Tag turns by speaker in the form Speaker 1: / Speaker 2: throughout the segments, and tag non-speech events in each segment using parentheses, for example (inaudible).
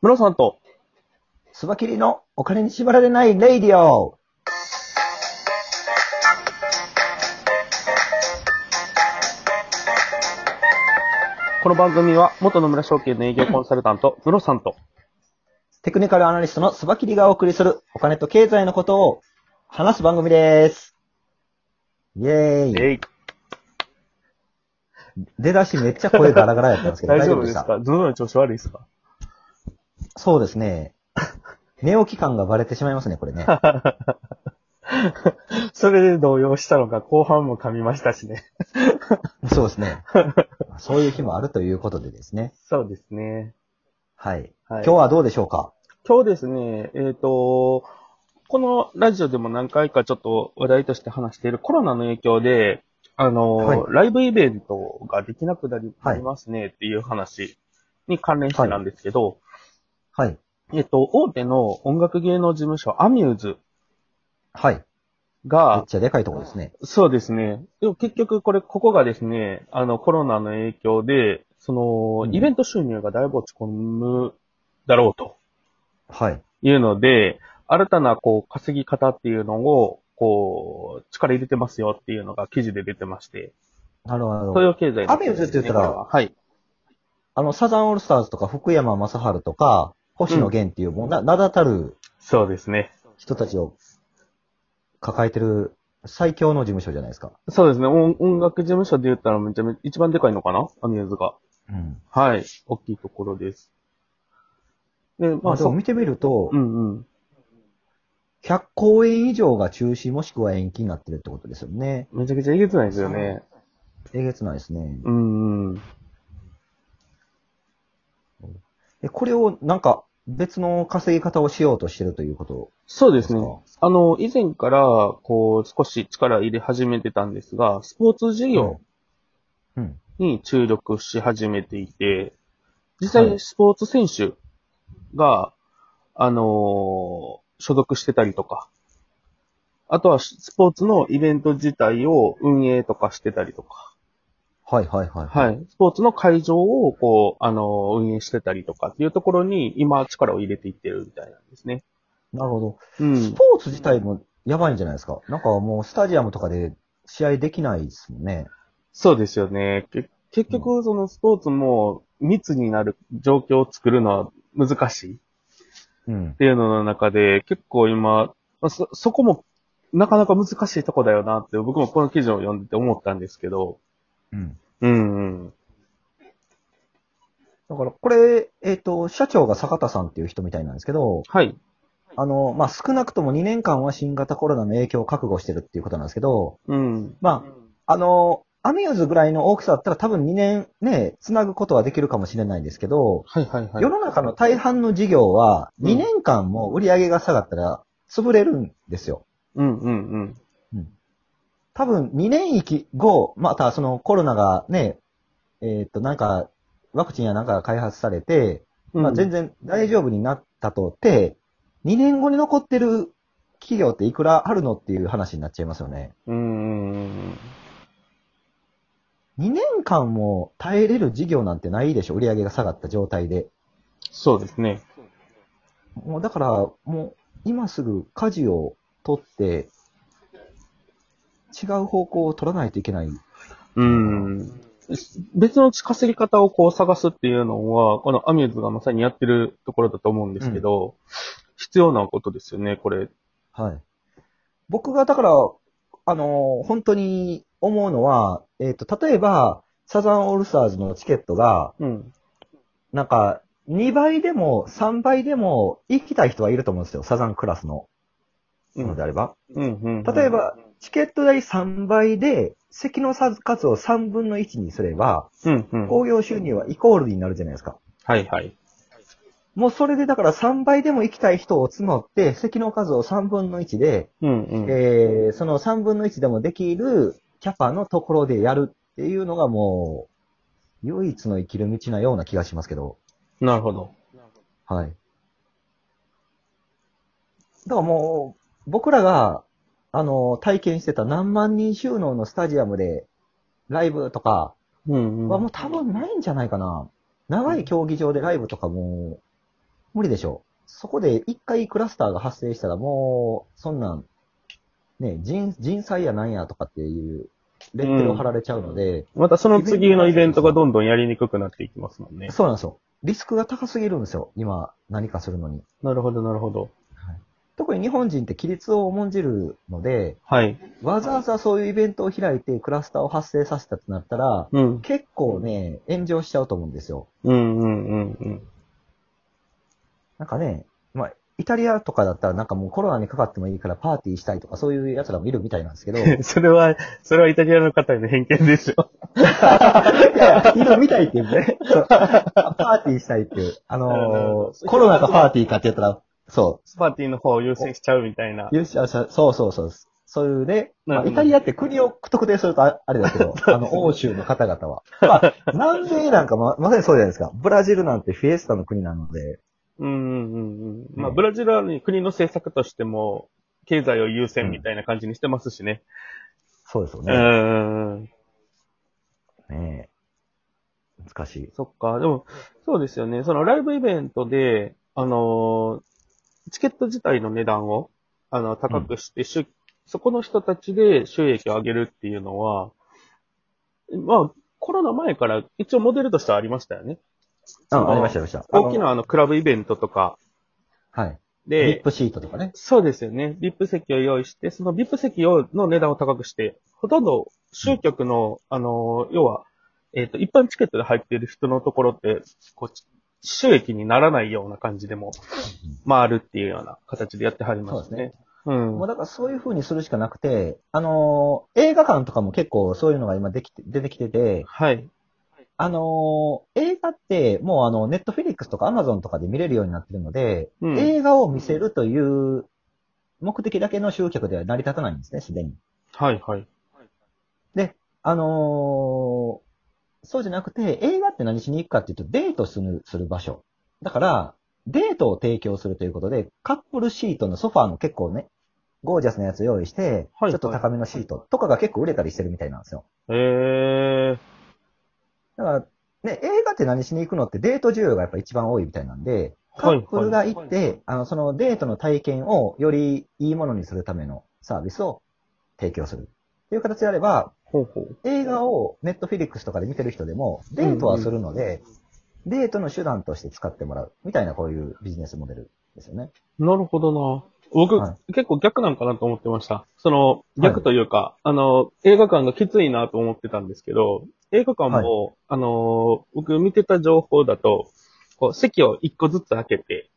Speaker 1: ムロさんと、
Speaker 2: スバキリのお金に縛られないレイディオ。
Speaker 1: この番組は、元野村証券の営業コンサルタント、ムロさんと、
Speaker 2: テクニカルアナリストのスバキリがお送りするお金と経済のことを話す番組です。イェーイ。
Speaker 1: えい、
Speaker 2: 出だしめっちゃ声ガラガラやったんですけど、
Speaker 1: (laughs) 大丈夫で
Speaker 2: し
Speaker 1: す
Speaker 2: た
Speaker 1: か喉の調子悪いですか
Speaker 2: そうですね。寝起き感がバレてしまいますね、
Speaker 1: (laughs)
Speaker 2: これね。
Speaker 1: それで動揺したのか、後半も噛みましたしね。
Speaker 2: そうですね。そういう日もあるということでですね。
Speaker 1: そうですね。
Speaker 2: はい。
Speaker 1: はい、
Speaker 2: 今日はどうでしょうか
Speaker 1: 今日ですね、えっ、と、このラジオでも何回かちょっと話題として話しているコロナの影響で、あの、
Speaker 2: はい
Speaker 1: ライブイベントができなくなり
Speaker 2: はい
Speaker 1: なりますねっていう話に関連してなんですけど、
Speaker 2: はい。
Speaker 1: えっと、大手の音楽芸能事務所アミューズ
Speaker 2: はい。めっ
Speaker 1: が、
Speaker 2: ちゃでかいところですね。
Speaker 1: そうですね。でも結局これ、ここがですね、あの、コロナの影響で、その
Speaker 2: う、ん
Speaker 1: イベント収入がだいぶ落ち込むだろうと。
Speaker 2: はい。
Speaker 1: いうので、新たなこう稼ぎ方っていうのを、こう、力入れてますよっていうのが記事で出てまして、
Speaker 2: なるほ
Speaker 1: 東
Speaker 2: ど。
Speaker 1: 洋経済の
Speaker 2: アミューズって言ったら
Speaker 1: はい。
Speaker 2: あの、サザンオールスターズとか福山雅治とか、星野源っていう、もうな、名だたる
Speaker 1: そうですね。
Speaker 2: 人たちを抱えてる最強の事務所じゃないですか。
Speaker 1: そうですね。音音楽事務所で言ったらめちゃめちゃ一番でかいのかなアミューズが。
Speaker 2: うん。
Speaker 1: はい。大きいところです。で、ま
Speaker 2: ま
Speaker 1: あ、
Speaker 2: あ、で
Speaker 1: そ
Speaker 2: も
Speaker 1: う。
Speaker 2: 見てみると
Speaker 1: う、んうん。
Speaker 2: 100公演以上が中止もしくは延期になってるってことですよね。
Speaker 1: めちゃくちゃえげつないですよね。
Speaker 2: えげつないですね。
Speaker 1: うんうん。
Speaker 2: で、これをなんか別の稼ぎ方をしようとしてるということ
Speaker 1: そうで
Speaker 2: ですす
Speaker 1: ね。
Speaker 2: か。
Speaker 1: あの、以前から、こう、少し力入れ始めてたんですが、スポーツ事業、
Speaker 2: うん。うん。
Speaker 1: に注力し始めていて、実際にスポーツ選手が、あのー所属してたりとか、あとはスポーツのイベント自体を運営とかしてたりとか、
Speaker 2: はいはいはい。
Speaker 1: はい。スポーツの会場を、こう、あのー運営してたりとかっていうところに今力を入れていってるみたいなんですね。
Speaker 2: なるほど。
Speaker 1: う
Speaker 2: ス
Speaker 1: ん
Speaker 2: ポ。ーツ自体もやばいんじゃないですか。なんかもうスタジアムとかで試合できないですもんね。
Speaker 1: そうですよね。け結局、そのスポーツも密になる状況を作るのは難しい。
Speaker 2: うん
Speaker 1: っ。ていうのの中で、結構今、まあそ、そこも、なかなか難しいとこだよなって、僕もこの記事を読んでて思ったんですけど、
Speaker 2: うん。
Speaker 1: うんうん。
Speaker 2: だからこれ、えっ、と、社長が坂田さんっていう人みたいなんですけど、
Speaker 1: はい。
Speaker 2: あの、まあ、少なくとも2年間は新型コロナの影響を覚悟してるっていうことなんですけど、
Speaker 1: うん。
Speaker 2: まあ、あの、アミューズぐらいの大きさだったら多分2年ね、繋ぐことはできるかもしれないんですけど、
Speaker 1: はいはいはい。
Speaker 2: 世の中の大半の事業は
Speaker 1: うん
Speaker 2: 2年間も売り上げが下がったら潰れるんですよ。
Speaker 1: うんうんうん。
Speaker 2: 多分2年期後、またそのコロナがね、えっ、と、なんか、ワクチンやなんかが開発されて、まあ、全
Speaker 1: 然。
Speaker 2: 然大丈夫になったとて、2年後に残ってる企業っていくらあるのっていう話になっちゃいますよね。
Speaker 1: うんうんうん。
Speaker 2: 2年間も耐えれる事業なんてないでしょ、売り上げが下がった状態で。
Speaker 1: そうですね。
Speaker 2: もうだから、もう今すぐ舵を取って、違う方向を取らないといけない。
Speaker 1: うん。別の稼ぎ方をこう探すっていうのは、このアミューズがまさにやってるところだと思うんですけど、必要なことですよね、これ。
Speaker 2: はい。僕がだから、あのー本当に思うのは、えっ、と、例えば、サザンオールスターズのチケットが、
Speaker 1: うん。
Speaker 2: なんか、2倍でも3倍でも行きたい人はいると思うんですよ。サザンクラスの
Speaker 1: う
Speaker 2: の
Speaker 1: ん
Speaker 2: で。あれば。
Speaker 1: うんうん。
Speaker 2: 例えば、チケット代3倍で、席の数を3分の1にすれば、
Speaker 1: うんうん。
Speaker 2: 興行収入はイコールになるじゃないですか。
Speaker 1: はいはい。
Speaker 2: もうそれでだから3倍でも行きたい人を募って、席の数を3分の1で、
Speaker 1: うんうん。
Speaker 2: えーその3分の1でもできるキャパのところでやるっていうのがもう、唯一の生きる道なような気がしますけど。
Speaker 1: なるほど。
Speaker 2: はい。だからもう、僕らが、あの、体験してた何万人収納のスタジアムで、ライブとか
Speaker 1: うんうん。
Speaker 2: はもう多分ないんじゃないかな。長い競技場でライブとかも、無理でしょう。そこで一回クラスターが発生したらもう、そんなん、ね、人、人災やなんやとかっていう、レッテルを貼られちゃうので、
Speaker 1: またその次のイベントがどんどんやりにくくなっていきますもんね。
Speaker 2: そうなんですよ。リスクが高すぎるんですよ。今、何かするのに。
Speaker 1: なるほど、なるほど。
Speaker 2: 特に日本人って規律を重んじるので、
Speaker 1: はい。
Speaker 2: わざわざそういうイベントを開いてクラスターを発生させたとなったら、
Speaker 1: うん。
Speaker 2: 結構ね、炎上しちゃうと思うんですよ。
Speaker 1: うん、うん、うん、うん。
Speaker 2: なんかね、まあ、イタリアとかだったらなんかもうコロナにかかってもいいからパーティーしたいとかそういう奴らもいるみたいなんです (laughs) けど、い
Speaker 1: (laughs) それは、それはイタリアの方への偏見ですよ。
Speaker 2: やいるみたいっていうね。そうパーティーしたいっていう。あのーコロナかパーティーかって言ったら、そ
Speaker 1: (laughs) スパーティーの方を優先しちゃうみたいな
Speaker 2: う。。よしよしそうそうそう。そういうね、ま
Speaker 1: う
Speaker 2: あ、
Speaker 1: ん
Speaker 2: イタリアって国を特定するとああれだけど、あの、欧州の方々は。まあ、南米なんかままさにそうじゃないですか。ブラジルなんてフィエスタの国なので、
Speaker 1: うん、うん、うん。うんまあ、
Speaker 2: ね
Speaker 1: ブラジルはね国の政策としても、経済を優先みたいな感じにしてますしね。
Speaker 2: そうですよ
Speaker 1: う
Speaker 2: ね。
Speaker 1: ん。
Speaker 2: ねえ難しい。
Speaker 1: そっか。でも、そうですよね。そのライブイベントで、あのーチケット自体の値段を、あの、高くして、しゅそこの人たちで収益を上げるっていうのは、まあ、コロナ前から一応モデルとしてはありましたよね。
Speaker 2: うん、ありました、ありました。
Speaker 1: 大きなあの、クラブイベントとか
Speaker 2: あの。はい。リッ
Speaker 1: で、
Speaker 2: プシートとかね。
Speaker 1: そうですよね。VIP 席を用意して、その VIP 席を、の値段を高くして、ほとんど、集客の、あのー、要は、えっ、と、一般チケットで入っている人のところって、こう、収益にならないような感じでも、回るっていうような形でやってはりましたね。う。
Speaker 2: もうんだからそういう風にするしかなくて、あのー映画館とかも結構そういうのが今できて、出てきてて、
Speaker 1: はい。
Speaker 2: あのー映画ってもうあの、ネットフィリックスとかアマゾンとかで見れるようになってるので、
Speaker 1: うん
Speaker 2: 映画を見せるという目的だけの集客では成り立たないんですね、すでに。
Speaker 1: はい、はい。
Speaker 2: あのーそうじゃなくて、映画って何しに行くかっていうと、デートする、する場所。だから、デートを提供するということで、カップルシートのソファーの結構ね、ゴージャスなやつ用意して、
Speaker 1: はい
Speaker 2: ちょっと高めのシートとかが結構売れたりしてるみたいなんですよ。
Speaker 1: えー、
Speaker 2: だから、ね、映画って何しに行くのってデート需要がやっぱ一番多いみたいなんで、カ
Speaker 1: はい
Speaker 2: ップルが行って、あの、そのデートの体験をよりいいものにするためのサービスを提供する。っていう形であれば、
Speaker 1: ほうほう。
Speaker 2: 映画をネットフィリックスとかで見てる人でも、デートはするので、デートの手段として使ってもらう。みたいなこういうビジネスモデルですよね。
Speaker 1: なるほどな。僕、
Speaker 2: は
Speaker 1: 結構逆なんかなと思ってました。その、逆というか、あの、映画館がきついなと思ってたんですけど、映画館も、あの、僕見てた情報だと、こう、席を一個ずつ開けて、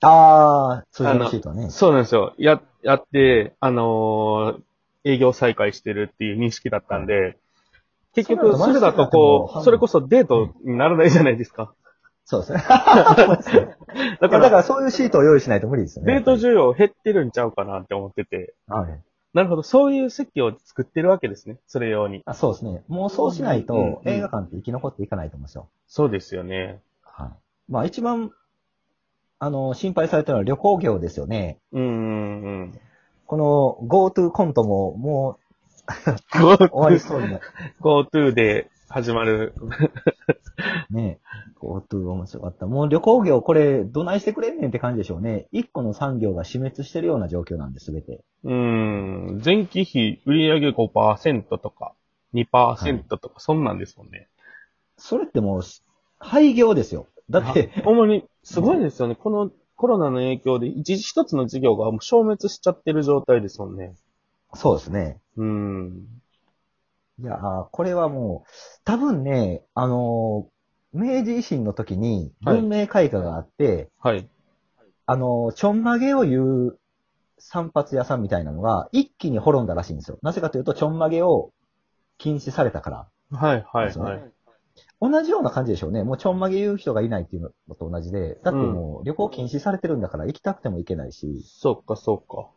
Speaker 2: ああ、通常のシートね。
Speaker 1: そうなんですよ。や、やって、あのー営業再開してるっていう認識だったんで、結局、
Speaker 2: そ
Speaker 1: そうれ
Speaker 2: な
Speaker 1: だ
Speaker 2: んだ
Speaker 1: とこう、
Speaker 2: マジで
Speaker 1: それこそデートにならないじゃないですか。
Speaker 2: そう
Speaker 1: (laughs)
Speaker 2: ですね。
Speaker 1: だ
Speaker 2: だ
Speaker 1: か、
Speaker 2: から、だかららそういうシートを用意しないと無理ですよね。
Speaker 1: デート需要減ってるんちゃうかなって思ってて。
Speaker 2: はい。
Speaker 1: なるほど。そういう席を作ってるわけですね。それ用に。
Speaker 2: あそうですね。もうそうしない
Speaker 1: うんうん
Speaker 2: と映画館って生き残っていかないと思うんですよ。
Speaker 1: そうですよね。
Speaker 2: はい。まあ一番、あの、心配されてるのは旅行業ですよね。
Speaker 1: うーん。
Speaker 2: この GoTo コントももう終わり
Speaker 1: GoTo
Speaker 2: そうにな
Speaker 1: GoTo で始まる。
Speaker 2: ね。GoTo (laughs) 面白かった。もう旅行業これどないしてくれんねんって感じでしょうね。一個の産業が死滅してるような状況なんで、すべて。
Speaker 1: うーん。前期比売上5%とか、2%とか、そんなんですもんね。
Speaker 2: それってもう、廃業ですよ。だって、
Speaker 1: ほんまに、すごいですよね。このコロナの影響で一時一つの事業がもう消滅しちゃってる状態ですもんね。
Speaker 2: そうですね。
Speaker 1: うーん。
Speaker 2: いやー、これはもう、多分ね、あのー明治維新の時に
Speaker 1: はい
Speaker 2: 文明開化があって、
Speaker 1: はい。
Speaker 2: あのーちょんまげを言う散髪屋さんみたいなのが一気に滅んだらしいんですよ。なぜかというと、ちょんまげを禁止されたから。
Speaker 1: はい、は
Speaker 2: で
Speaker 1: い、
Speaker 2: すね
Speaker 1: はい。
Speaker 2: 同じような感じでしょうね。もうちょんまげ言う人がいないっていうのと同じで、だってもう旅行禁止されてるんだから行きたくても行けないし、
Speaker 1: そうか、そうか。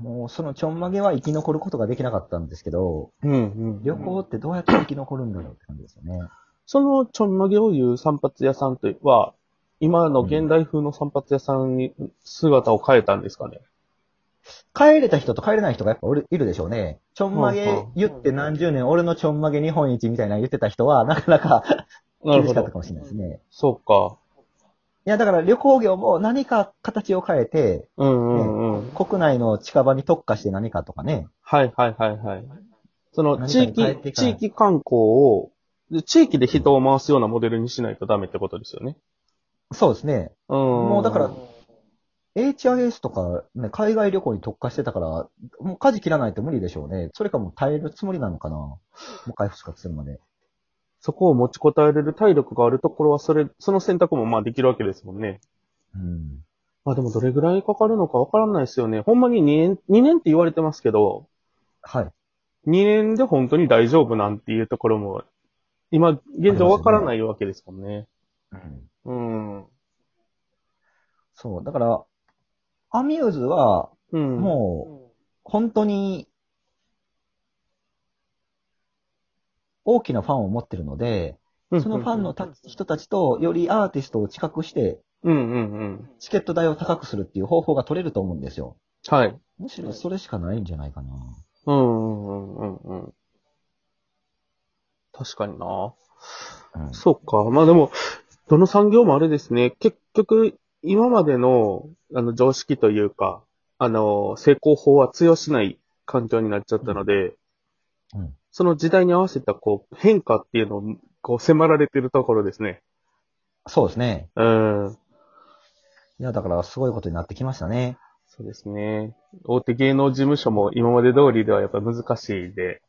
Speaker 2: もうそのちょんまげは生き残ることができなかったんですけど、
Speaker 1: うん、うん。
Speaker 2: 旅行ってどうやって生き残るんだろうって感じですよね。
Speaker 1: そのちょんまげを言う散髪屋さんとは、今の現代風の散髪屋さんに姿を変えたんですかね。
Speaker 2: 帰れた人と帰れない人がやっぱおるいるでしょうね。ちょんまげ言って何十年、俺のちょんまげ日本一みたいなの言ってた人は、なかなか
Speaker 1: なる
Speaker 2: 厳
Speaker 1: ほ
Speaker 2: しかった
Speaker 1: ど。
Speaker 2: かもしれないですね。
Speaker 1: そうか。
Speaker 2: や、だから旅行業も何か形を変えて、
Speaker 1: うんうんうん。
Speaker 2: 国内の近場に特化して何かとかね。
Speaker 1: はいはいはいはい。その
Speaker 2: 何か
Speaker 1: 地
Speaker 2: に変えて
Speaker 1: 域、
Speaker 2: いかな
Speaker 1: 地
Speaker 2: い
Speaker 1: 域観光を、で地域で人を回すようなモデルにしないとダメってことですよね。
Speaker 2: そうですね。
Speaker 1: うん。
Speaker 2: もうだから、HIS とか、ね、海外旅行に特化してたから、もう舵切らないと無理でしょうね。それかもう耐えるつもりなのかな。もう回復資格するまで。
Speaker 1: そこを持ちこたえれる体力があるところは、それ、その選択もまあできるわけですもんね。
Speaker 2: うん。
Speaker 1: まあでもどれぐらいかかるのかわからないですよね。ほんまに2年、2年って言われてますけど、
Speaker 2: はい。
Speaker 1: 2年で本当に大丈夫なんていうところも、今、現状わからないわけですもんね。
Speaker 2: うん、
Speaker 1: うん。
Speaker 2: そう。だから、アミューズは、
Speaker 1: うん。
Speaker 2: もう、本当に、大きなファンを持ってるので、
Speaker 1: うん、
Speaker 2: そのファンのた人たちとよりアーティストを近くして、
Speaker 1: うんうんうん。
Speaker 2: チケット代を高くするっていう方法が取れると思うんですよ。
Speaker 1: はい。
Speaker 2: むしろそれしかないんじゃないかな。
Speaker 1: うんうんうんうんうん。確かにな。
Speaker 2: うん
Speaker 1: そうか。まあでも、どの産業もあれですね。結局、今までの、あの、常識というか、あの、成功法は通用しない環境になっちゃったので、
Speaker 2: うん
Speaker 1: その時代に合わせた、こう、変化っていうのを、こう、迫られてるところですね。
Speaker 2: そうですね。
Speaker 1: うん。
Speaker 2: いや、だからすごいことになってきましたね。
Speaker 1: そうですね。大手芸能事務所も今まで通りではやっぱ難しいで、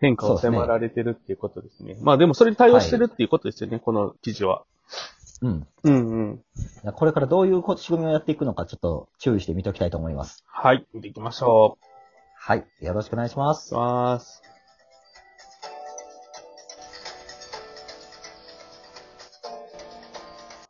Speaker 1: 変化を迫られてるっていうことですね。まあでもそれに対応してるっていうことですよね、この記事は。
Speaker 2: うん。
Speaker 1: うんうん。
Speaker 2: これからどういうこ仕組みをやっていくのか、ちょっと注意して見ておきたいと思います。
Speaker 1: はい、見ていきましょう。
Speaker 2: はい。よろしくお願いします。
Speaker 1: します。